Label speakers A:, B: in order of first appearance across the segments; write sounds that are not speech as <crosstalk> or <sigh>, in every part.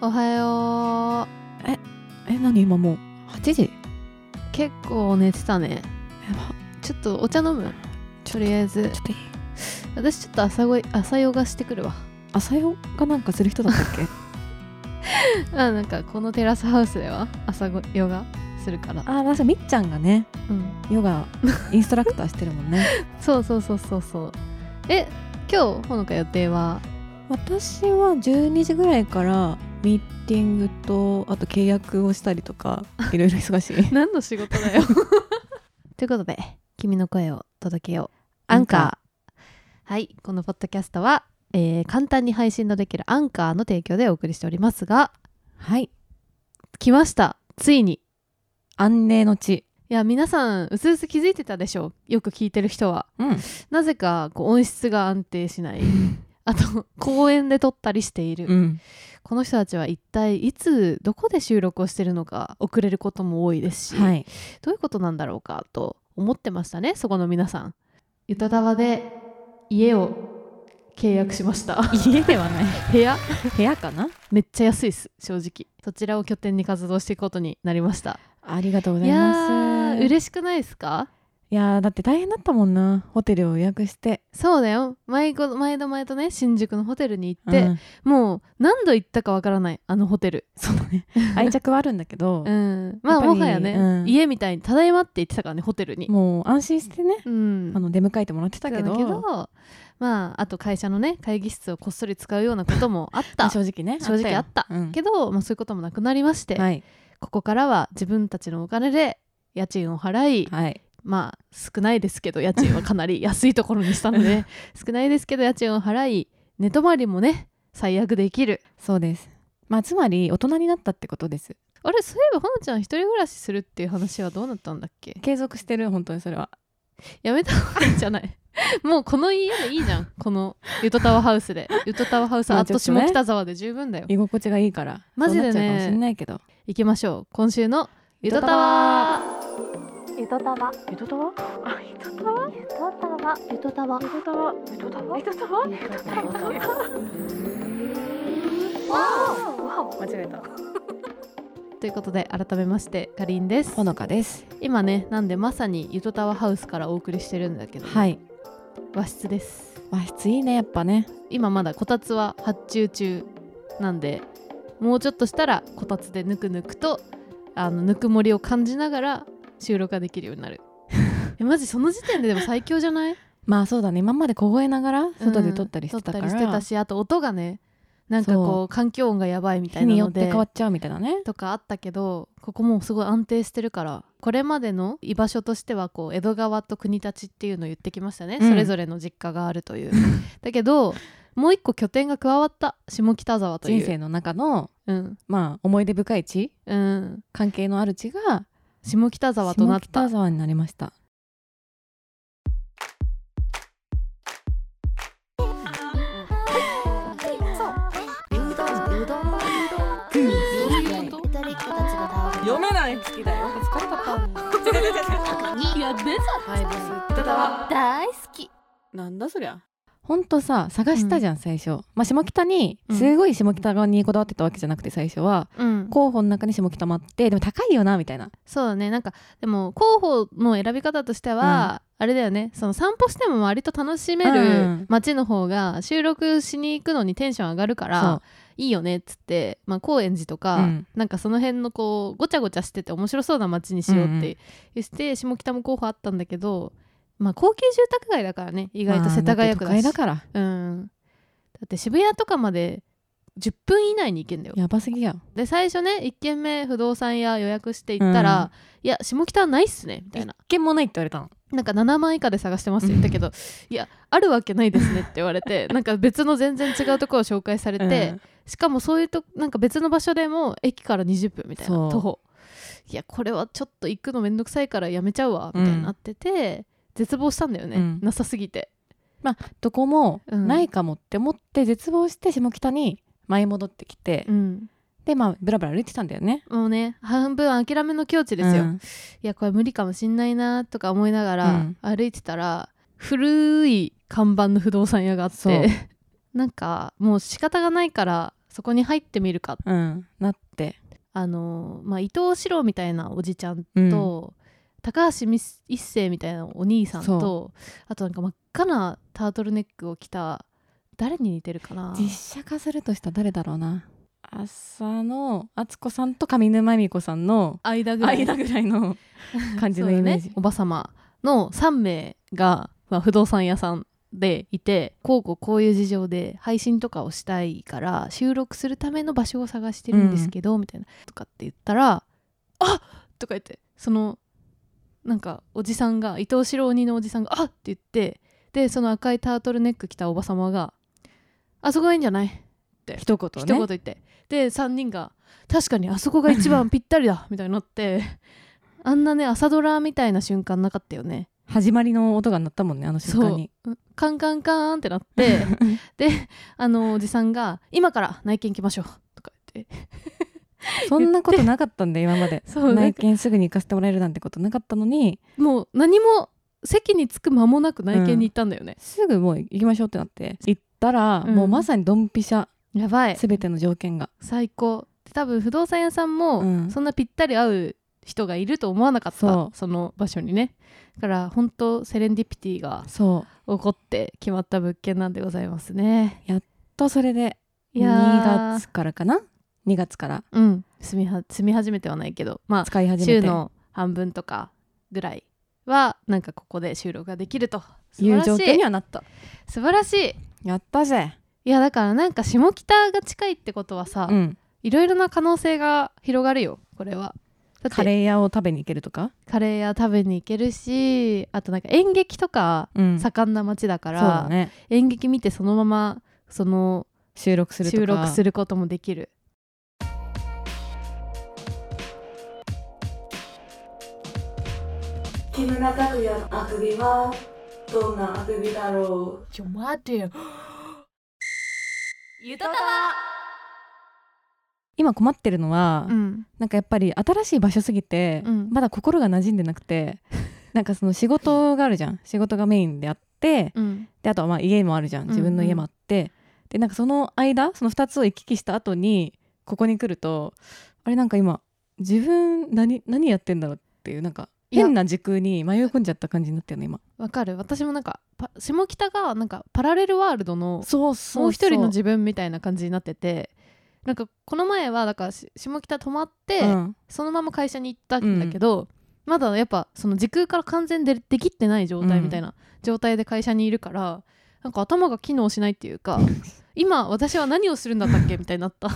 A: おはよ
B: え何今もう8時
A: う結構寝てたね
B: やば
A: ちょっとお茶飲むとりあえず
B: ちょっといい
A: 私ちょっと朝ごい朝ヨガしてくるわ <laughs>
B: 朝ヨガなんかする人だった <laughs> っけ
A: あなんかこのテラスハウスでは朝ごヨガするから
B: あ確かみっちゃんがね
A: うん
B: ヨ <laughs> ガインストラクターしてるもんね
A: そうそうそうそうそうえ今日ほのか予定は
B: 私は12時ぐらいからミーティングとあと契約をしたりとかいろいろ忙 <laughs> しい
A: 何の仕事だよということで君の声を届けようアン
B: アン
A: カーはいこのポッドキャストは、えー簡単に配信のできるアンカーの提供でお送りしておりますが
B: はい
A: 来ましたついに
B: 安寧の地
A: いや皆さんうすうす気づいてたでしょうよく聞いてる人は
B: うん
A: なぜかこう音質が安定しない
B: <laughs>
A: あと公園で撮ったりしている、
B: うん
A: この人たちは一体いつどこで収録をしてるのか遅れることも多いですし、
B: はい
A: どういうことなんだろうかと思ってましたねそこの皆さんゆたたわで家を契約しました
B: <laughs> 家ではない
A: 部屋
B: 部屋かな
A: めっちゃ安いです正直そちらを拠点に活動していくことになりました
B: ありがとうご
A: い
B: ざいま
A: や
B: す
A: ー嬉しくないですか
B: いやーだって大変だったもんなホテルを予約して
A: そうだよ毎度毎度毎度ね新宿のホテルに行っ
B: う
A: て、
B: ん
A: もう何度行ったかわからないあのホテル
B: そうだね愛着はあるんだけど
A: う、んまあ
B: やっぱ
A: も
B: り
A: はやね、
B: うん
A: 家みたいに「ただいま」って言ってたからねホテルに
B: もう安心してね
A: うん
B: あの出迎えてもらってたけど
A: だけどまああと会社のね会議室をこっそり使うようなこともあっ
B: ま <laughs>
A: た
B: あ正直ね
A: 正直あった
B: ようん
A: けど、まあ、そういうこともなくなりまして、
B: はい
A: ここからは自分たちのお金で家賃を払い、
B: はい
A: まあ少ないですけど家賃はかな
B: <laughs>
A: り安いところにしたので少ないですけど家賃を払い寝泊まりもね最悪できる
B: そうですまあつまり大人になったってことです
A: あれそういえばほのちゃん一人暮らしするっていう話はどうなったんだっけ
B: 継続してる本当にそれは
A: やめた方がいいんじゃない <laughs> もうこの家でいいじゃんこのゆとたわハウスでゆとたわハウス
B: ま
A: あ
B: あ
A: と
B: ちょっと
A: 下
B: ね
A: 北沢で十分だよ
B: 居心地がいいから
A: マジでね
B: そうなっちゃうかもしれないけど
A: 行きましょう今週のゆとたわ
B: わ
C: ゆとたわ
B: ゆとたわ
C: ゆとたわゆとたわゆとたわゆとたわゆとたわゆとたわゆとたわ
B: 間違えた
A: ということで改めましてかりんです
B: ほのかです
A: 今ねなんでまさにゆとたわハウスからお送りしてるんだけど、
B: はい
A: 和室です
B: 和室いいねやっぱね
A: 今まだこたつは発注中なんでもうちょっとしたらこたつでぬくぬくとあのぬくもりを感じながら収録ができるようになる <laughs> えマジその時点で
B: <laughs>
A: でも最強じゃない
B: まあそうだね今まで凍えながら外で撮ったりしてたか
A: うん撮ったりして
B: ら
A: たしあと音がねなんかこ
B: そう
A: 環境音がやばいみた
B: 日
A: いな
B: によ
A: の
B: って
A: で
B: 変わっちゃうみたいなね
A: とかあったけどここもうすごい安定してるからこれまでの居場所としてはこう江戸川と国立っていうのを言ってきましたね、
B: うん
A: それぞれの実家があるという
B: <laughs>
A: だけどもう一個拠点が加わった下北沢という
B: 人生の中の
A: うん
B: まあ思い出深い地
A: うん
B: 関係のある地が
A: 下北沢となっ
B: 下
A: た
B: 北沢になりました
D: 読めない好きだよ疲れた
C: 大好き
D: なんだそりゃ
B: ほんとさ探したじゃん、最初、まあ、下北に
A: うん
B: すごい下北側にこだわってたわけじゃなくて最初は、
A: うん
B: 候補の中に下北もあってでも高いよなみたいな
A: そうだねなんかでも候補の選び方としては、あれだよねその散歩しても割と楽しめ
B: う
A: る
B: ん
A: 街の方が収録しに行くのにテンション上がるから、いいよねっつって、まあ、高円寺とか、
B: うん
A: なんかその辺のこうごちゃごちゃしてて面白そうな街にしよう
B: うん
A: っ
B: うん
A: てして、下北も候補あったんだけど、まあ、高級住宅街だからね意
B: 意
A: 外と世田谷区
B: だ
A: だし、
B: だから
A: うん、だって渋谷とかまで10分以内に行けんだよ
B: やばすぎや
A: で最初ね1軒目不動産屋予約して行ったら、いや下北はないっすねみたいな
B: 一軒もないって言われたの
A: なんか7万以下で探してますって言ったけどいやあるわけないですねって言われてなんか別の全然違うところを紹介されて、
B: うん
A: しかもそういうとなんか別の場所でも駅から20分みたい
B: そ
A: な
B: う
A: 徒歩いやこれはちょっと行くのめんどくさいからやめちゃうわみたいになってて、絶望したんだよね、
B: うん
A: なさすぎて
B: どこも
A: うん
B: ないかもって思って絶望して下北に舞い戻ってきて、
A: うん
B: でまあブラブラ歩いてたんだよね
A: もうね半分諦めの境地ですよ、
B: うん
A: いやこれ無理かもしんないなとか思いなが
B: う
A: ら
B: ん
A: 歩いてたら、古い看板の不動産屋があっ <laughs>
B: そう
A: てなんかもう仕方がないからそこに入ってみるか
B: うんなって
A: あのーまあ、伊藤四郎みたいなおじちゃん
B: うん
A: と、高橋みす一生みたいなお兄さんとあとなんか真っ赤なタートルネックを着た誰に似てるかな
B: 実写化するとしたら誰だろうな浅野敦子さんと上沼恵美子さんの
A: 間ぐらい
B: 間ぐら
A: <laughs>
B: いの感じ
A: そう
B: の
A: だ
B: イメー
A: ね
B: ジ、
A: おばさまの3名が、まあ、不動産屋さんでいてこうこうこういう事情で配信とかをしたいから収録するための場所を探してるんですけど、みたいなとかって言ったら「あとか言ってそのなんかおじさんが伊藤四郎鬼のおじさんが「あっ!」って言ってでその赤いタートルネック着たおばさまが「あそこがいいんじゃない?」
B: 一言ね
A: 一言言ってで3人が「確かにあそこが一
B: <laughs>
A: 番ぴったりだ」みたいになってあんなね朝ドラみたいな瞬間なかったよね
B: 始まりの音が鳴ったもんねあの瞬間に
A: うカンカンカーンってなって
B: <laughs>
A: であのおじさんが「今から内見行きましょう」とか言って
B: そんなことなかったんで今まで
A: そうなん
B: 内
A: か
B: 見すぐに行かせてもらえるなんてことなかったのに
A: もう何も席に着く間もなく内見に行ったんだよね、
B: すぐもう行きましょうってなって行ったら、
A: うん
B: もうまさにドンピシャ
A: やばい
B: 全ての条件が
A: 最高で多分不動産屋さんも、
B: うん
A: そんなぴったり合う人がいると思わなかった
B: そ
A: その場所にねだから本当セレンディピティが
B: そ
A: 起こって決まった物件なんでございますね。
B: うとそれで
A: いや
B: 2
A: ー
B: 月からかな2月から
A: うん住みは住み始めてはないけどま
B: 使い
A: あ
B: 始め
A: 週
B: て
A: の半分とかぐらいはなんかここで収録ができると素
B: い
A: 晴
B: う
A: らし
B: 条件
A: い
B: にはなった
A: 素晴らしい
B: やったぜ
A: いやだからなんか下北が近いってことはさ、
B: うん
A: いろいろな可能性が広がるよこれは。だって
B: カレー屋を食べに行けるとか、
A: カレー屋食べに行けるしあとなんか演劇とか
B: うんそう
A: 盛んな街だから、
B: だね
A: 演劇見てそのままその
B: 収録するとか
A: 収録す
B: る
A: ることもできる
E: 木村拓哉のあくびはどんなあくびだろう
D: ちょ待てよゆとたわ
B: 今困ってるのは、
A: うん
B: なんかやっぱり新しい場所すぎて、
A: うん
B: まだ心が馴染んでなく <laughs> てなんかその仕事があるじゃん仕事がメインであって
A: うん
B: であとはまあ家もあるじゃん自分の家もあって、でなんかその間その2つを行き来した後にここに来るとあれなんか今自分何何やってんだろうっていうなんか
A: いや
B: 変な時空に迷い込んじゃった感じになってるの今
A: わかる私もなんかパ下北がなんかパラレルワールドの
B: そうそ
A: もう一人の自分みたいな感じになっててなんかこの前はだからし下北泊まって、
B: うん
A: そのまま会社に行ったんだけど、まだやっぱその時空から完全でできってない状態みたいな状態で会社にいるから、なんか頭が機能しないっていうか
B: <laughs>
A: 今私は何をするんだったっけみたいになった <laughs> だ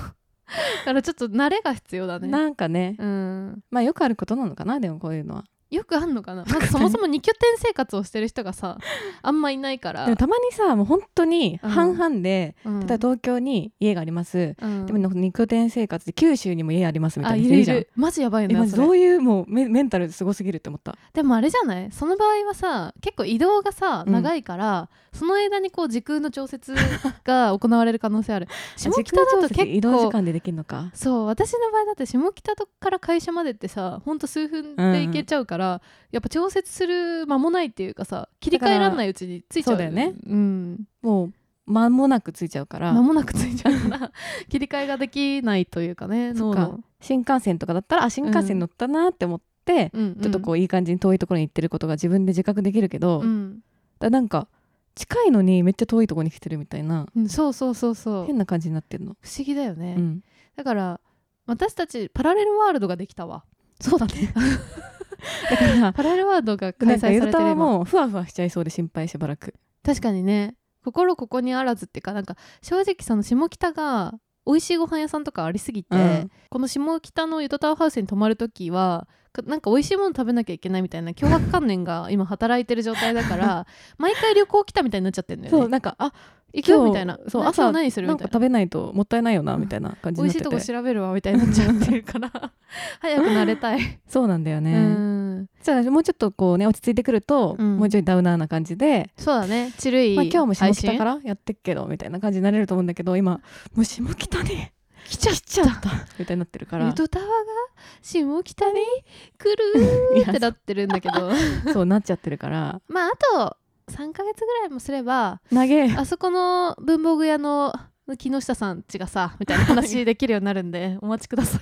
A: からちょっと慣れが必要だね
B: なんかね
A: うん
B: まあよくあることなのかなでもこういうのは
A: よくあんのかなまずそもそも二拠点生活をしてる人がさあんまいないから
B: でもたまにさもう本当に
A: うん
B: 半々で、
A: うん
B: 例えば東京に家があります、
A: うん
B: でもなんか二拠点生活で九州にも家ありますみた
A: あ
B: いない人い
A: る
B: る
A: い
B: じゃん
A: るマジやばい
B: え
A: な
B: マジ
A: そ
B: ど
A: れ
B: ういうもうメメンタルすごすぎるって思った
A: でもあれじゃないその場合はさ結構移動がさ
B: うん
A: 長いから、その間にこう時空の調節
B: <laughs>
A: が行われる可能性ある下
B: あ時
A: 北
B: 空
A: だと結
B: 調節
A: 構
B: 移動時間でできるのか
A: そう私の場合だって下北とから会社までってさほんと数分で行けちゃうから、やっぱ調節する間もないっていうかさ切り替えらんないうちについちゃう
B: だからそうだよね
A: うん
B: もう間もなく着いちゃうから
A: 間もなくついちゃうから <laughs> 切り替えができないというかね
B: そ
A: 脳
B: っか
A: の、
B: 新幹線とかだったらあ新幹線乗ったなって思って、
A: うんうん
B: ちょっとこういい感じに遠いところに行ってることが自分で自覚できるけど、
A: うん
B: だなんか近いのにめっちゃ遠いところに来てるみたいな
A: うんそうそうそうそう
B: 変な感じになってるの、
A: 不思議だよね、
B: うん
A: だから私たちパラレルワールドができたわそうだね
B: だか
A: <laughs>
B: ら
A: パラレルワールドが <laughs> 開
B: なん
A: 催
B: かゆ
A: さ
B: ず
A: れ
B: た
A: てる
B: は
A: 今
B: もうふわふわしちゃいそうで心配しばらく
A: 確かにね心ここにあらずっていうかなんか正直その下北が美味しいご飯屋さんとかありすぎて、
B: うん
A: この下北のゆとたわハウスに泊まるときはかなんか美味しいもの食べなきゃいけないみたいな脅迫観念が今働いてる状態だから <laughs> 毎回旅行来たみたいになっちゃってるんだよね
B: そうなんかあ
A: 行くよみたいな
B: そう
A: な
B: 朝
A: 今日何する
B: なん
A: みた
B: か
A: い
B: 食
A: な
B: べないともったいないよなみたいな感じ
A: 美味
B: になっ
A: し
B: て
A: い
B: て
A: とこ調べるわみたいになっちゃってるから <laughs> 早く慣れたい、
B: そうなんだよ
A: う
B: <laughs> ね、
A: ん
B: じゃあもうちょっとこうね落ち着いてくると、
A: うん
B: もうちょいダウナーな感じで、
A: そうだねちるい
B: まあ、
A: 配信、
B: 今日も下北かららやってっけどみたいな感じになれると思うんだけど今もう下北に
A: 来ちゃった
B: <laughs> みたいになってるか
A: ゆ
B: ら
A: とたわが下北に来る
B: <laughs> いや
A: ってなってるんだけど <laughs>
B: そうなっちゃってるから
A: まああと3ヶ月ぐらいもすれば
B: 投げ
A: あそこの文房具屋の木下さんちがさみたいな話できるようになるんでお待ちください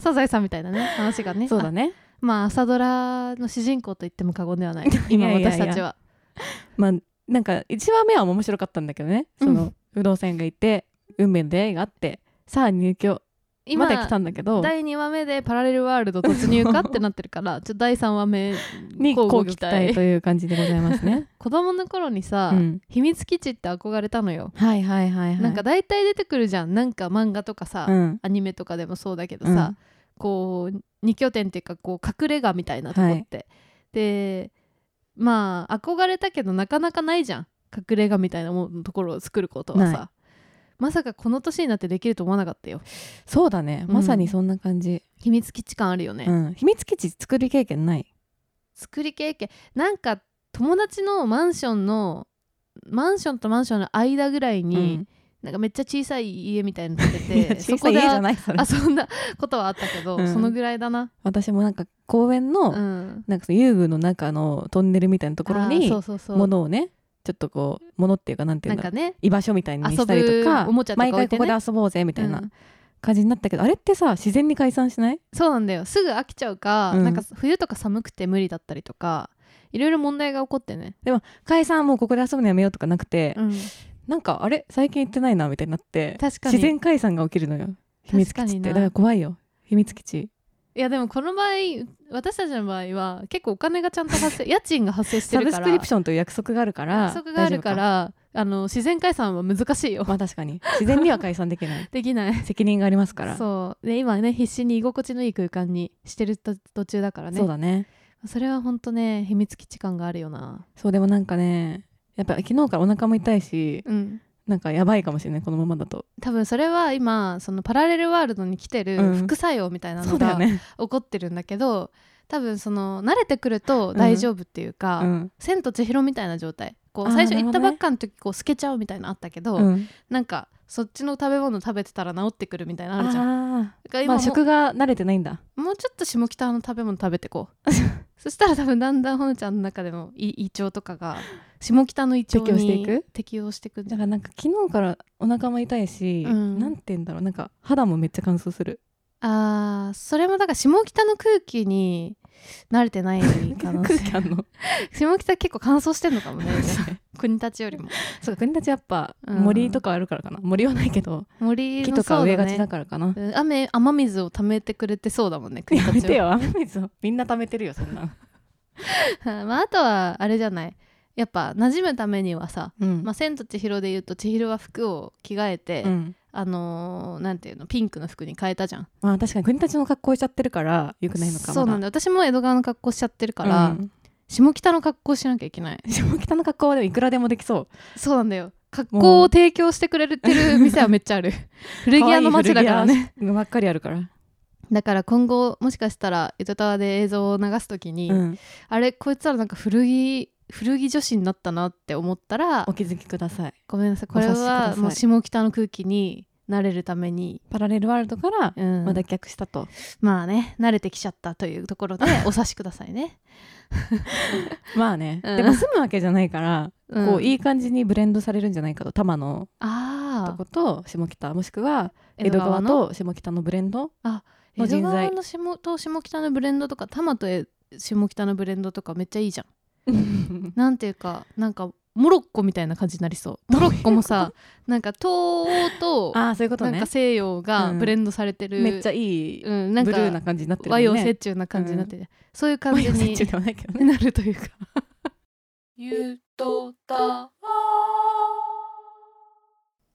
A: サザエさんみたいなね話がね
B: <laughs> そうだね
A: あまあ朝ドラの主人公と言っても過言ではない
B: <laughs> い
A: 今
B: やいやいや
A: 私たちは
B: まあなんか1話目は面白かったんだけどねその、不動産がいて運命の出会いがあってさあ入居
A: 今
B: まで来たんだけど
A: 第2話目でパラレルワールド突入かってなってる
B: <laughs>
A: からちょっと第3話目
B: に
A: 乞う
B: こ
A: ご
B: う
A: 期
B: 期
A: 待
B: 待という感じでございま
A: <laughs>
B: すね
A: 子供の頃にさ、
B: うん
A: 秘密基地って憧れたのよ、
B: はいはいはいはい
A: なんか大体出てくるじゃんなんか漫画とかさ、
B: うん
A: アニメとかでもそうだけど
B: う
A: さ
B: ん、
A: こう二拠点っていうかこう隠れ家みたいなとこって、でまあ憧れたけどなかなかないじゃん隠れ家みたいなもんところを作ることは
B: な
A: さまさかこの年になってできると思わなかったよ
B: そうだね
A: うん
B: まさにそんな感じ、
A: 秘密基地感あるよね、
B: うん秘密基地作り経験ない
A: 作り経験なんか友達のマンションのマンションとマンションの間ぐらいに、
B: うん
A: なんかめっちゃ小さい家みたいに建
B: いや
A: てて
B: <laughs>
A: そ
B: 小さ
A: こ
B: い家
A: で
B: じゃないそれ
A: 遊んだことはあったけど、
B: うん
A: そのぐらいだな、
B: 私もなんか公園の、
A: うん、
B: なんかその遊具の中のトンネルみたいなところ
A: あー
B: に
A: そうそうそう
B: 物をねちょっとこう物っていうかなんてい
A: な
B: うんんだ
A: か
B: ろう
A: ね
B: 居場所みたいにしたり
A: 遊
B: と
A: ぶ
B: か
A: おもちゃとか置
B: 毎
A: いてね
B: 回ここで遊ぼうぜみたいな
A: うん
B: 感じになったけど、あれってさ自然に解散しない
A: そうなんだよすぐ飽きちゃうか、
B: うん
A: なんか冬とか寒くて無理だったりとかいろいろ問題が起こってね、
B: 解散もうここで遊ぶのやめようとかなくて、
A: うん、
B: なんかあれ最近行ってないなみたいになって
A: 確かに
B: 自然解散が起きるのよ秘密基
A: 確か
B: 地っ
A: に
B: て
A: な
B: だから怖いよ秘密基地
A: いやでもこの場合私たちの場合は結構お金がちゃんと発生家賃が発生して
B: サ
A: る
B: ブ
A: か
B: ス
A: ら
B: クリプションという約束があるから
A: 約束があるか
B: 大丈
A: らあの自然解散は難しいよ、
B: <laughs> 夫かまあ確かに自然には解散で
A: <laughs>
B: きない
A: できない
B: 責任がありますからそう,、
A: そうで今ね必死に居心地のいい空間にしてると途中だからね
B: だね
A: それは本当ね秘密基地感があるよな
B: そうでもなんかねやっぱ昨日からお腹も痛いし
A: うん
B: なんかやばいかもしれないこのままだと
A: 多分それは今そのパラレルワールドに来て
B: うん
A: る副作用みたいな
B: そ
A: の
B: うだよ
A: が
B: ね、
A: 起こってるんだけど、多分その慣れてくると大丈夫っていうか「
B: うん
A: 千と千尋」みたいな状態こう
B: あー
A: 最初
B: なる
A: 行
B: ほ
A: っ
B: ど
A: た
B: ね
A: ばっかの時こう透けちゃうみたいなのあったけど、
B: うん、
A: なんかそっちの食べ物食べてたら治ってくるみたいなのあるじゃん。だ
B: あ
A: から
B: あ
A: 今
B: まあ
A: も,、
B: 食が慣れてないんだ
A: もうちょっと下北の食べ物食べてこ
B: <laughs>
A: うそしたら多分だんだんほのちゃんの中での胃胃腸とかが下北の胃腸に
B: 適応していく
A: 適応していくんじ
B: だ
A: ゃ
B: か
A: ない
B: らなんか昨日からお腹も痛いし、
A: うん
B: なんて言うんだろうなんか肌もめっちゃ乾燥する
A: あーそれもだから下北の空気に慣れてない可能性
B: <laughs> 空気あんの
A: 下北結構乾燥してんのかも
B: <laughs>
A: ね国立よりも
B: そうか国立やっぱ
A: うん
B: 森とかあるからかな、森はないけど
A: 森
B: 木
A: の
B: とか植え
A: そうだ
B: が
A: ね
B: ちだからかな、
A: うん雨雨水を溜めてくれてそうだ
B: <laughs>
A: もんね国
B: やめ
A: 立
B: てよ雨水をみんな溜めてるよそんな、
A: <laughs> まあ、あとはあれじゃないやっぱ馴染むためにはさ
B: うん
A: 「 <laughs> まあ、千と千尋」で言うと千尋は服を着替えて、
B: うん
A: あのーなんていうのピンクの服に変えたじゃん
B: まあ確かに国立の格好しちゃってるからよくないのか
A: そうなん
B: だ
A: だ私も江戸川の格好しちゃってるから、
B: うん
A: 下北の格好しなきゃいけない
B: 下北の格好はでもいくらでもできそう
A: そうなんだよ格
B: も
A: 好
B: う
A: を提供してくれて
B: <laughs>
A: る店はめっちゃある古着屋の街だからね
B: ねばっかりあるから、
A: だから今後もしかしたら「ゆとたわ」で映像を流す時に、
B: うん
A: あれこいつらなんか古着古着女子になったなって思ったら
B: お気づきください
A: ごめんなさいこれ
B: お察しくださ
A: はいもう下北の空気に慣れるために、
B: パラレルワールドから
A: うん
B: まあ脱却したと、
A: まあね慣れてきちゃったというところ
B: <laughs>
A: でお察しくださいね。
B: まあね、
A: うん
B: でも住むわけじゃないから、
A: うん
B: こういい感じにブレンドされるんじゃないかと多摩のと
A: ああ
B: こと下北もしくは江戸川と下北のブレンドの
A: 江戸
B: 人材
A: 川の下と下北のブレンドとか多摩と下北のブレンドとかめっちゃいいじゃん。なんていうかなんかモロッコみたいな感じになり
B: <laughs>
A: そうモロッコもさなんか東欧と
B: ああそういうこと
A: なん
B: ね
A: か西洋がブレンドされてる、
B: めっちゃいい、
A: うん、なん
B: ブ
A: か
B: ルーな感じになってるも
A: 和
B: んね
A: 洋折衷な感じになってる、そういう感
B: <laughs>
A: じ
B: 和洋折衷
A: に
B: ではないけどね
A: なるというか
D: ゆとた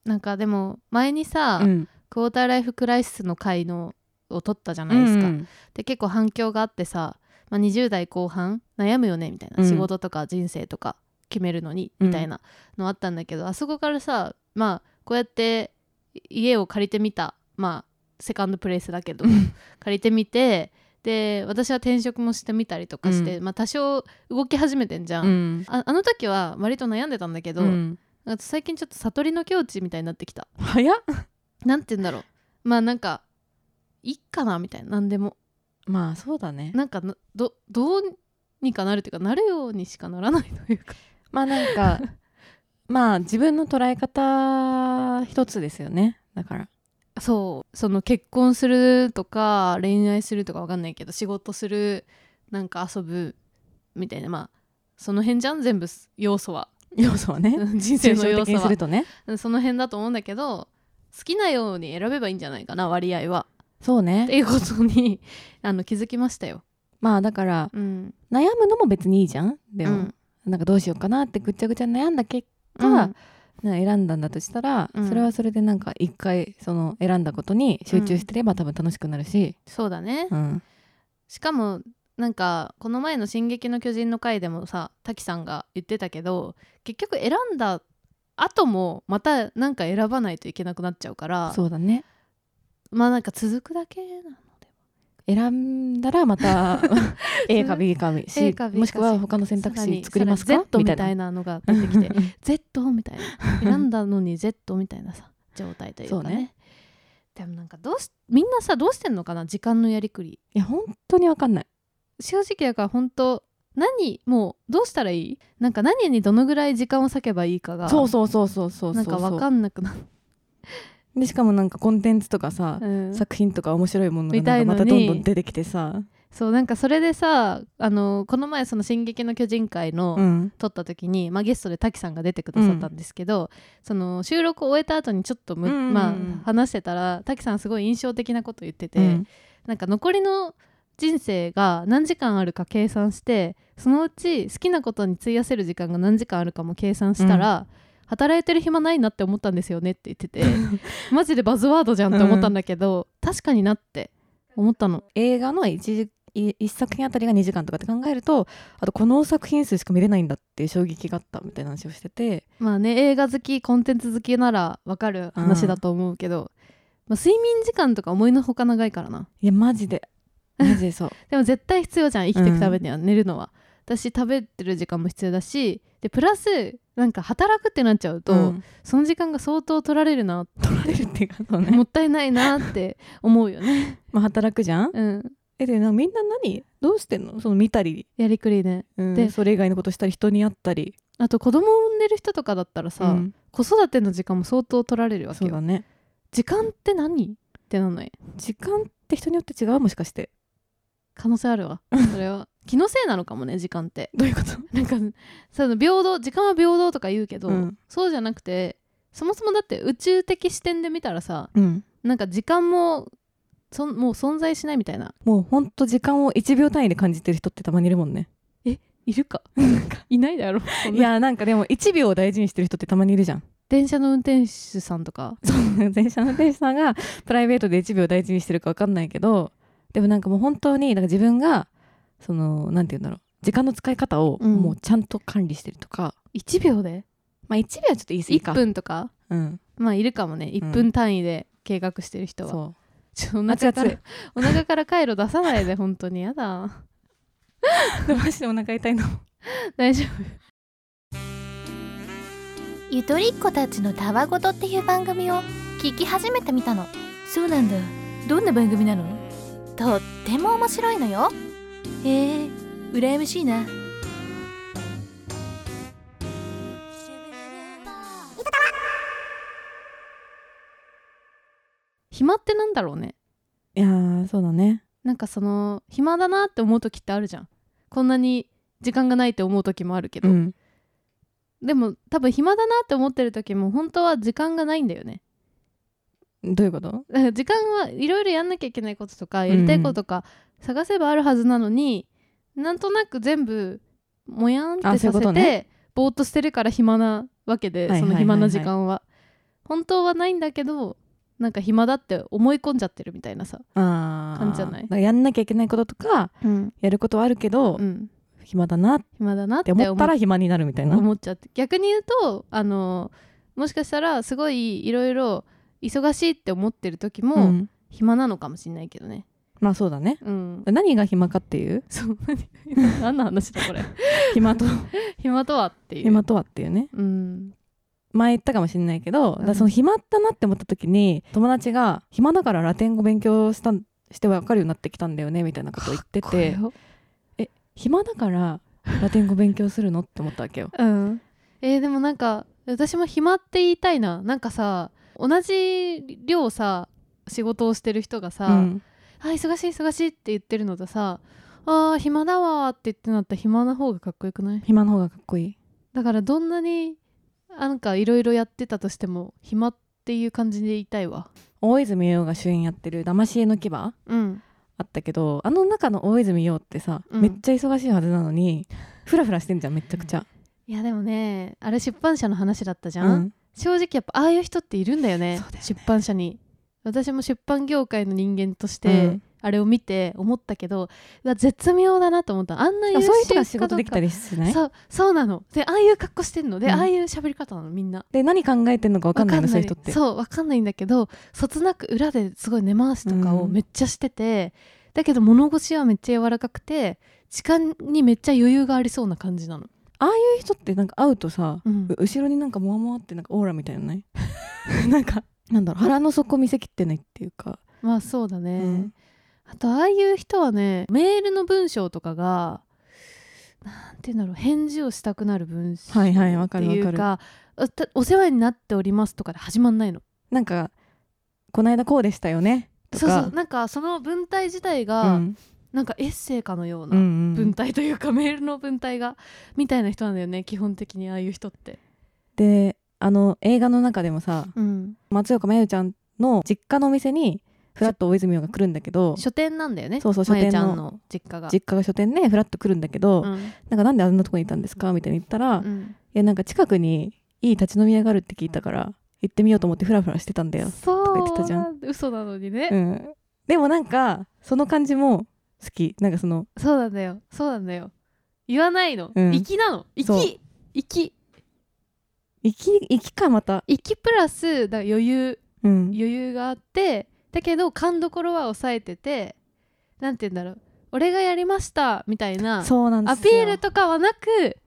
A: なんかでも前にさ、
B: うん
A: クォーターライフクライシスの回のを撮ったじゃないですか、
B: うん
A: で結構反響があってさ、まあ、20代後半悩むよねみたいな、
B: うん
A: 仕事とか人生とか決めるのに
B: うん
A: みたいなのあったんだけど、あそこからさまあこうやって家を借りてみたまあセカンドプレイスだけど借りてみてで私は転職もしてみたりとかして、まあ多少動き始めてんじゃん、
B: うん
A: ああの時は割と悩んでたんだけど、
B: うん
A: なんか最近ちょっと悟りの境地みたいになってきた
B: 早っ
A: なんて言うんだろうまあなんかいいかなみたいな何でも
B: まあそうだね
A: なんかなどどうにかなるというかなるようにしかならないというか
B: <laughs> まあなんかまあ自分の捉え方一つですよねだから
A: <laughs> そうその結婚するとか恋愛するとかわかんないけど仕事するなんか遊ぶみたいなまあその辺じゃん全部要素は
B: 要素はね
A: <laughs> 人生の
B: 抽象
A: 要
B: 的
A: 素
B: にす
A: は
B: るとね
A: その辺だと思うんだけど好きなように選べばいいんじゃないかな割合は
B: そう
A: っ
B: ね
A: ていうことに <laughs> あの気づきましたよ。
B: まあだから
A: うん、
B: 悩むのも別にいいじゃんで
A: で
B: も、なんかどうしようかなってぐちゃぐちゃ悩んだ結果、
A: うん
B: な選んだんだとしたら、
A: うん
B: それはそれでなんか一回その選んだことに集中してれば多分楽しくなるし、
A: そうだね、
B: うん
A: しかもなんかこの前の「進撃の巨人」の回でもさ滝さんが言ってたけど結局選んだ後もまたなんか選ばないといけなくなっちゃうから
B: そうだね
A: まあなんか続くだけなので
B: 選んだらま <laughs> た A か B か C
A: A か B か
B: もしく
A: C
B: は
A: か
B: 他の選択
A: さら
B: 肢
A: に
B: 作ります
A: さ
B: から
A: に Z
B: み
A: み
B: た
A: た
B: いない
A: なのが出てきて Z み <laughs> たいな選ん
B: だ
A: だのに Z みたいなさ状態というか
B: そう
A: ね
B: ね
A: でもなんかどうしみんなさどうしてんのかな時間のやりくり
B: いや本当にわかんない
A: 正直だから本当何もうどうしたらいいなんか何にどのぐらい時間を割けばいいかが
B: そうそうそうそうそうそ
A: な
B: う
A: んかわか
B: ん
A: んなくなる、
B: でしかもなんかコンテンツとかさ、
A: うん
B: 作品とか面白いものが
A: みたいの
B: ま
A: に
B: たどんどん出てきてさ、
A: そうなんかそれでさあのこの前その「進撃の巨人」会の、
B: うん、
A: 撮った時に、まあ、ゲストで滝さんが出てくださったんですけど、その収録を終えた後にちょっとむ、
B: うんうんうん
A: まあ、話してたら滝さんすごい印象的なこと言ってて、
B: うん
A: なんか残りの人生が何時間あるか計算してそのうち好きなことに費やせる時間が何時間あるかも計算したら、働いてる暇ないなって思ったんですよねって言っててマジでバズワードじゃんって思ったんだけど、確かになって思ったの。
B: 映画の一時い一作品あたりが2時間とかって考えるとあとこの作品数しか見れないんだっていう衝撃があったみたいな話をしてて
A: まあね映画好きコンテンツ好きならわかる話だと思うけど、まあ、睡眠時間とか思いのほか長いからない
B: やマジでマジでそう <laughs>
A: でも絶対必要じゃん生きていくためには、寝るのは私食べてる時間も必要だしでプラスなんか働くってなっちゃうと、
B: うん
A: その時間が相当取られるな、
B: 取られるっていうかそうね、
A: もったいないなって思うよね
B: <laughs> まあ、働くじゃん
A: うん
B: えでなんかみんな何どうしてんのその見たり、
A: やりくりね
B: うん
A: で
B: それ以外のことしたり人に会ったり
A: あと子供を産んでる人とかだったらさ、
B: うん
A: 子育ての時間も相当取られるわけ
B: そう
A: よ
B: だね
A: 時間って何ってなんない
B: 時間って人によって違うもしかして
A: 可能性あるわそれは気のせいなのかもね時間って
B: どういうこと
A: <laughs> なんかその平等時間は平等とか言うけど、
B: うん
A: そうじゃなくてそもそもだって宇宙的視点で見たらさ
B: うん
A: なんか時間もそんもう存在しないみたいな
B: もうほんと時間を1秒単位で感じてる人ってたまにいるもんね
A: いるか
B: <laughs>
A: いないだろそん
B: い
A: な
B: やなんかでも1秒を大事にしてる人ってたまにいるじゃん
A: 電車の運転手さんとか
B: 電車の運転手さんがプライベートで1秒大事にしてるか分かんないけどでもなんかもう本当になんか自分がそのなんて言うんだろう時間の使い方を
A: うん
B: もうちゃんと管理してるとか、
A: 1秒で
B: まあ1秒はちょっと言い過ぎか
A: 1分とか
B: うん
A: まあいるかもね1分単位で計画してる人は、
B: そ
A: ちょっとお
B: う
A: 腹
B: 熱
A: か
B: 々
A: らお腹から回路出さない
B: <laughs>
A: で本当にやだ
B: でもマジでお腹痛いの
A: 大丈夫
C: ゆとりっ子たちのたわごとっていう番組を聞き始めてみたのそうなんだどんな番組なのとっても面白いのよへえ羨ましいな
A: 暇ってなんだろうね
B: いやーそうだね
A: なんかその暇だなって思う時ってあるじゃんこんなに時間がないって思う時もあるけど、
B: うん
A: でも多分暇だなって思ってる時も本当は時間がないんだよね
B: どういうこと
A: だから時間はいろいろやんなきゃいけないこととかやりたいこととか探せばあるはずなのに、なんとなく全部もやんってさ
B: あ
A: せ
B: そういうこ
A: て、
B: とね
A: ぼーっとしてるから暇なわけで、
B: はいはいはいはい
A: その暇な時間は本当はないんだけどなんか暇だって思い込んじゃってるみたいなさ、
B: あ
A: 感じじゃない
B: んかやんなきゃいけないこととか
A: うん
B: やることはあるけど、暇だなっ
A: 暇だなって
B: て
A: 思
B: 思っ
A: ったた
B: ら暇になるみたいな、
A: 思っちゃって逆に言うとあのもしかしたらすごいいろいろ忙しいって思ってる時も、
B: うん
A: 暇なのかもしれないけどね
B: まあそうだね
A: うん
B: 何が暇かっていう
A: そう何 <laughs> 何の話だこれ
B: 暇
A: <laughs>
B: と
A: 暇とはっていう
B: 暇とはっていうね
A: うん
B: 前言ったかもしれないけど、だから
A: うん
B: その暇だなって思った時に友達が暇だからラテン語勉強したんして分かるようになってきたんだよねみたいなことを言ってて暇だからラテン語勉強するのって思ったわけよ
A: うんえーでもなんか私も暇って言いたいななんかさ同じ量さ仕事をしてる人がさ、
B: うん
A: あ忙しい忙しいって言ってるのとさあー暇だわーって言ってなったら暇な方がかっこよくない
B: 暇の方がかっこいい
A: だからどんなにあなんかいろいろやってたとしても暇っていう感じで言いたいわ
B: 大泉洋が主演やってる「騙し絵の牙」あ
A: うん
B: ったけどあの中の大泉洋ってさ、
A: うん
B: めっちゃ忙しいはずなのにフラフラしてんじゃんめちゃくちゃ、
A: いやでもねあれ出版社の話だったじ
B: う
A: ゃん、正直やっぱああいう人っているんだよね
B: そうだよね
A: 出版社に私も出版業界の人間として、
B: うん
A: あれを見て思ったけどうわ絶妙だなと思ったあんな優
B: あ
A: 秀
B: そういう人が仕事できた
A: り
B: りしない
A: そうそうなのでああいう格好してんので、
B: うん
A: ああいう喋り方なのみんな
B: で何考えてんのか分かんないのそういう人って
A: そうわかんないんだけどそつなく裏ですごい根回しとかを
B: うん
A: めっちゃしてて、だけど物腰はめっちゃ柔らかくて時間にめっちゃ余裕がありそうな感じなの、
B: ああいう人ってなんか会うとさ、
A: うん
B: う後ろになんかモワモワってなんかオーラみたいなのない <laughs> なんかなんだろう腹の底見せきってないっていうか、
A: まあそうだね、
B: うん
A: あとああいう人はねメールの文章とかがなんていうんだろう返事をしたくなる文章
B: はいはいわ
A: って
B: かるわ
A: い
B: かる
A: うかあたお世話になっておりますとかで始まんないの
B: なんかこの間こうでしたよねと
A: そう
B: か
A: そうなんかその文体自体
B: う
A: が、
B: ん
A: なんかエッセイかのよう
B: うんう
A: なん文体というか、メールの文体がみたいな人なんだよね基本的にああいう人って。
B: であの映画の中でもさ
A: うん、
B: 松岡真優ちゃんの実家のお店にフラッと大泉洋が来るんだけど
A: 書店なんだよね
B: そうそう
A: まゆ
B: 書店の
A: ちゃんの実家が。
B: 実家が書店でフラッと来るんだけど、
A: うん
B: なんかなんであんなとこにいたんですかみたいに言ったら、
A: う
B: い
A: ん
B: やなんか近くにいい立ち飲み屋があるって聞いたから行ってみようと思ってフラフラしてたんだよ、
A: そう
B: か言ってたじゃ
A: ん嘘なのにね、
B: うん、でもなんかその感じも好きなんかその
A: そうなんだよそうなんだよ言わないの、
B: うん
A: 粋なの
B: そう
A: 粋粋
B: 生き生きかまた、
A: 粋プラスだから余裕
B: うん、
A: 余裕があってだけど勘どころは抑えててなんて言うんだろう俺がやりましたみたいな
B: そうなんで
A: ア
B: す
A: ピ
B: よ
A: ールとかはなく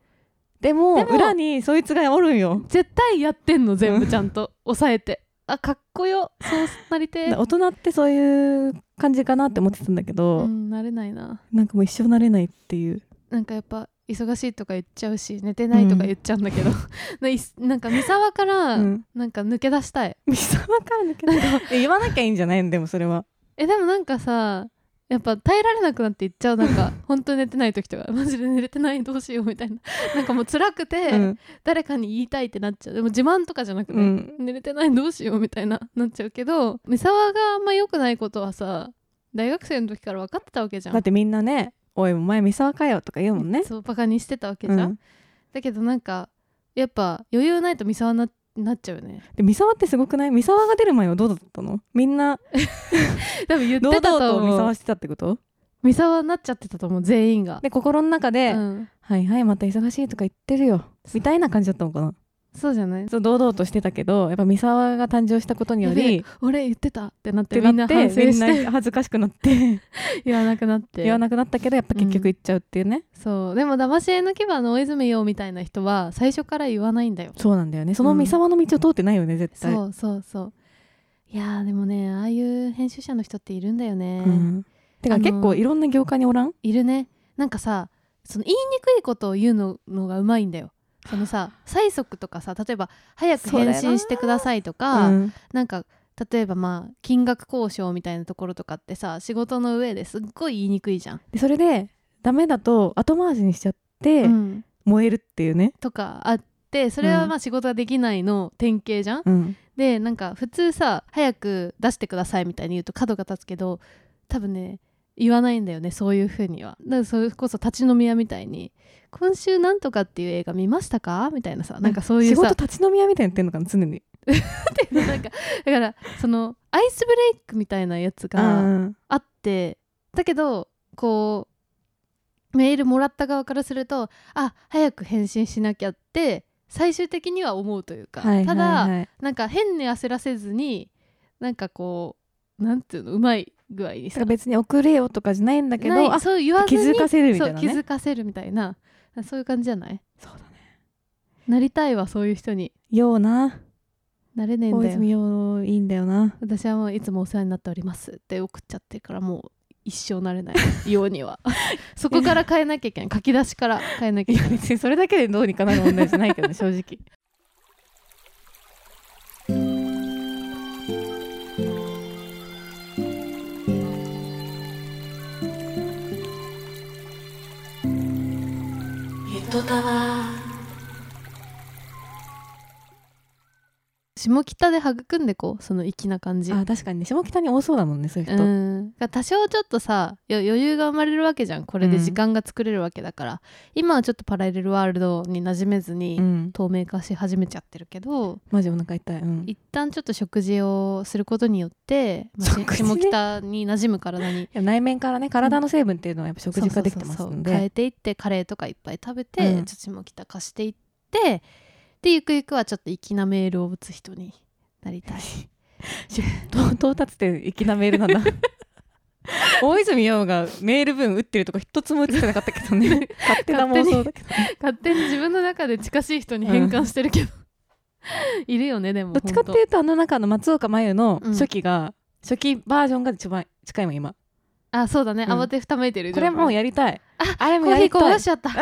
B: でも
A: でも
B: 裏にそいつがおるんよ
A: 絶対やってんの全部ちゃん
B: <laughs>
A: と抑えてあかっこよそうなりてえ
B: 大人ってそういう感じかなって思ってたんだけど、
A: うんなれないな
B: なんかもう一生なれないっていう
A: なんかやっぱ忙しいとか言っちゃうし寝てないとか言っちゃうんだけど、 <laughs> ないなんか三沢から
B: うん
A: なんか抜け出したい、
B: 三沢から抜
A: <laughs>
B: けえ言わなきゃいいんじゃないんでもそれは
A: えでもなんかさやっぱ耐えられなくなっていっちゃうなん
B: <laughs>
A: か本当に寝てない時とかマジで寝れてないどうしようみたいななんかもう辛くて、
B: うん
A: 誰かに言いたいってなっちゃうでも自慢とかじゃなくて、
B: うん
A: 寝れてないどうしようみたいななっちゃうけど三沢があんま良くないことはさ大学生の時から分かってたわけじゃん
B: だってみんなね「おいお前三沢かよ」とか言うもんね
A: そうバカにしてたわけじゃん、
B: うん
A: だけどなんかやっぱ余裕ないと三沢ななっちゃうよね
B: で三沢ってすごくない三沢が出る前はどうだったのみんな
A: 多分言って
B: <laughs> 堂々
A: たと
B: と三
A: 思
B: 沢
A: う
B: してたってこと
A: 三沢になっちゃってたと思う全員が、
B: で心の中で、
A: うん、
B: はいはいまた忙しいとか言ってるよみたいな感じだったのかな
A: そうじゃない
B: そう堂々としてたけどやっぱ三沢が誕生したことによ
A: やべ
B: り
A: え俺言ってたってなっ
B: って
A: て
B: な
A: みん
B: っ
A: な
B: て
A: 反省
B: みん
A: して
B: な恥ずかしくなって
A: <laughs> 言わなくなって
B: 言わなくなったけどやっぱ結局言っちゃうっていうね、
A: そうでも騙し絵の牙の大泉洋みたいな人は最初から言わないんだよ
B: そうなんだよねその三沢の道を通ってないよね絶対、
A: そうそうそういやーでもねああいう編集者の人っているんだよね、
B: うんてか
A: あのー
B: 結構いろんな業界におらん
A: いるねなんかさその言いにくいことを言うののがうまいんだよそのさ催促とかさ例えば「早く
B: そうだよ
A: 返
B: な
A: 信してください」とか、
B: うん
A: なんか例えばまあ金額交渉みたいなところとかってさ仕事の上ですっごい言いにくいじゃん。
B: でそれでダメだと後回しにしちゃって、
A: うん
B: 燃えるっていうね、
A: とかあってそれはまあ仕事ができないの典型じゃん。
B: うん、
A: でなんか普通さ早く出してくださいみたいに言うと角が立つけど多分ね言わないんだよねそういう風にはだからそれこそ立ち飲み屋みたいに「今週なんとかっていう映画見ましたか?」みたいなさなんかそういう
B: 仕
A: さ
B: 事立ち飲み屋みたいにやってんのかな常に
A: なんかだからそのアイスブレイクみたいなやつが
B: あ
A: あってだけどこうメールもらった側からするとあ早く返信しなきゃって最終的には思うというか、
B: はい
A: ただ、
B: はいはい
A: なんか変に焦らせずになんかこうなんていうのうまい具合に
B: だか
A: さ
B: ら別に遅れよとかじゃないんだけ
A: ない
B: どあ
A: そう言わず
B: 気
A: に
B: づかせるみたいな
A: そう気
B: ね
A: づかせるみたいなそういう感じじゃない
B: そうだね
A: なりたいわそういう人に
B: ような
A: なれねえん
B: 大
A: だよ
B: 泉洋いいんだよな
A: 私はもういつもお世話になっておりますって送っちゃってるからもう一生なれないように
B: <laughs>
A: はそこから変え
B: <laughs>
A: なきゃいけない書き出しから変えなきゃ
B: い
A: いけ
B: や
A: ない
B: 別にそれだけでどうにかなる問題じゃないけどね正直
E: トタワ
A: 下北で育んでこうその粋な感じ
B: <laughs> あ確かにね下北に多そうだもんねそういう人、
A: うん、多少ちょっとさよ余裕が生まれるわけじゃんこれで時間が作れるわけだから、今はちょっとパラレルワールドに馴染めずに、
B: うん
A: 透明化し始めちゃってるけど
B: マジお腹痛い、うん、
A: 一旦ちょっと食事をすることによって、まあし
B: 食事
A: 下北に馴染む体に
B: いや内面からね体の成分っていうのはやっぱ食事化できてます
A: そうそう
B: の
A: そう変え
B: で
A: ていってカレーとかいっぱい食べて、
B: うん
A: ちょっと下北化していってでゆくゆくはちょっと粋なメールを打つ人になり
B: <laughs>
A: たい
B: 到 <laughs> 到達点粋なメールなんだ <laughs> 大泉洋がメール文打ってるとこ一つも打ってなかったけど <laughs> ね勝手な妄想だけど
A: 勝手に自分の中で近しい人に変換してるけど、 <laughs> いるよねでも
B: どっちかっていうとあの中の松岡真優の
A: うん
B: 初期が、初期バージョンが一番近いもん今
A: あそうだね、
B: うん
A: 慌てふためいてる
B: これもう
A: や
B: やりたい
A: あ
B: あれ
A: コ
B: も
A: ー
B: や
A: ヒー
B: り
A: こぼ
B: たい
A: しちゃった
B: <laughs>
A: あ
B: あ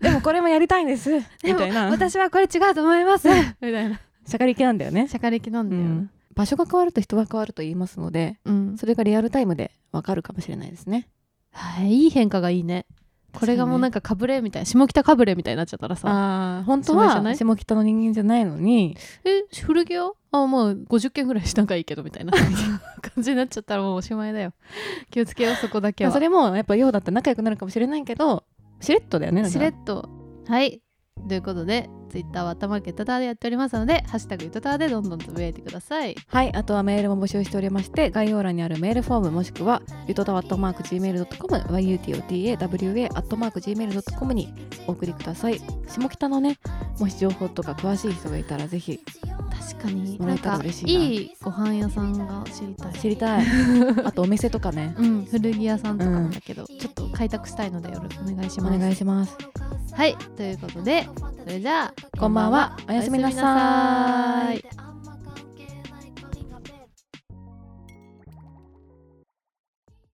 B: でもこれもやりたいんですみ
A: でも
B: たいな
A: 私はこれ違うと思いますみたいな
B: しゃかりきなんだよね
A: シャカリキなん
B: う
A: だよ
B: ん場所が変わると人が変わると言いますので
A: うん、
B: それがリアルタイムでわかるかもしれないですね
A: はいいい変化がいいねこれがもうなんかかぶれみたいな下北かぶれみたいになっちゃったらさ
B: ああ本当
A: そうじゃな
B: はい下北の人間じゃないのに
A: え古着屋あまあ50件ぐらいしたんがいいけどみ
B: <laughs>
A: たいな感じになっちゃったらもうおしまいだよ気をつけようそこだけは
B: それもやっぱようだったら仲良くなるかもしれないけどしれっとだよねだか
A: し
B: ら
A: れっとはいということでツイッターは頭ゆとたわでやっておりますので「ハッシュタグゆとたわ」でどんどんつぶやいてください
B: はいあとはメールも募集しておりまして概要欄にあるメールフォームもしくはゆとたわットマーク Gmail.com yutotawa アットマーク Gmail.com にお送りください下北のねもし情報とか詳しい人がいたらぜひ
A: 確かにな
B: もら
A: ん
B: えたら
A: か
B: 嬉しいない
A: いご飯屋さんが知りたい
B: 知
A: <laughs>
B: りたいあとお店とかね
A: うん、古着屋さんとかなんだけど、ちょっと開拓したいのでよろしくお願いし
B: お
A: ます。
B: 願いします
A: はい、ということで、それじゃあ、
B: こんばんはおやすみなさ
A: おやすみなさ
B: ー
A: ー
B: い
A: い。
C: い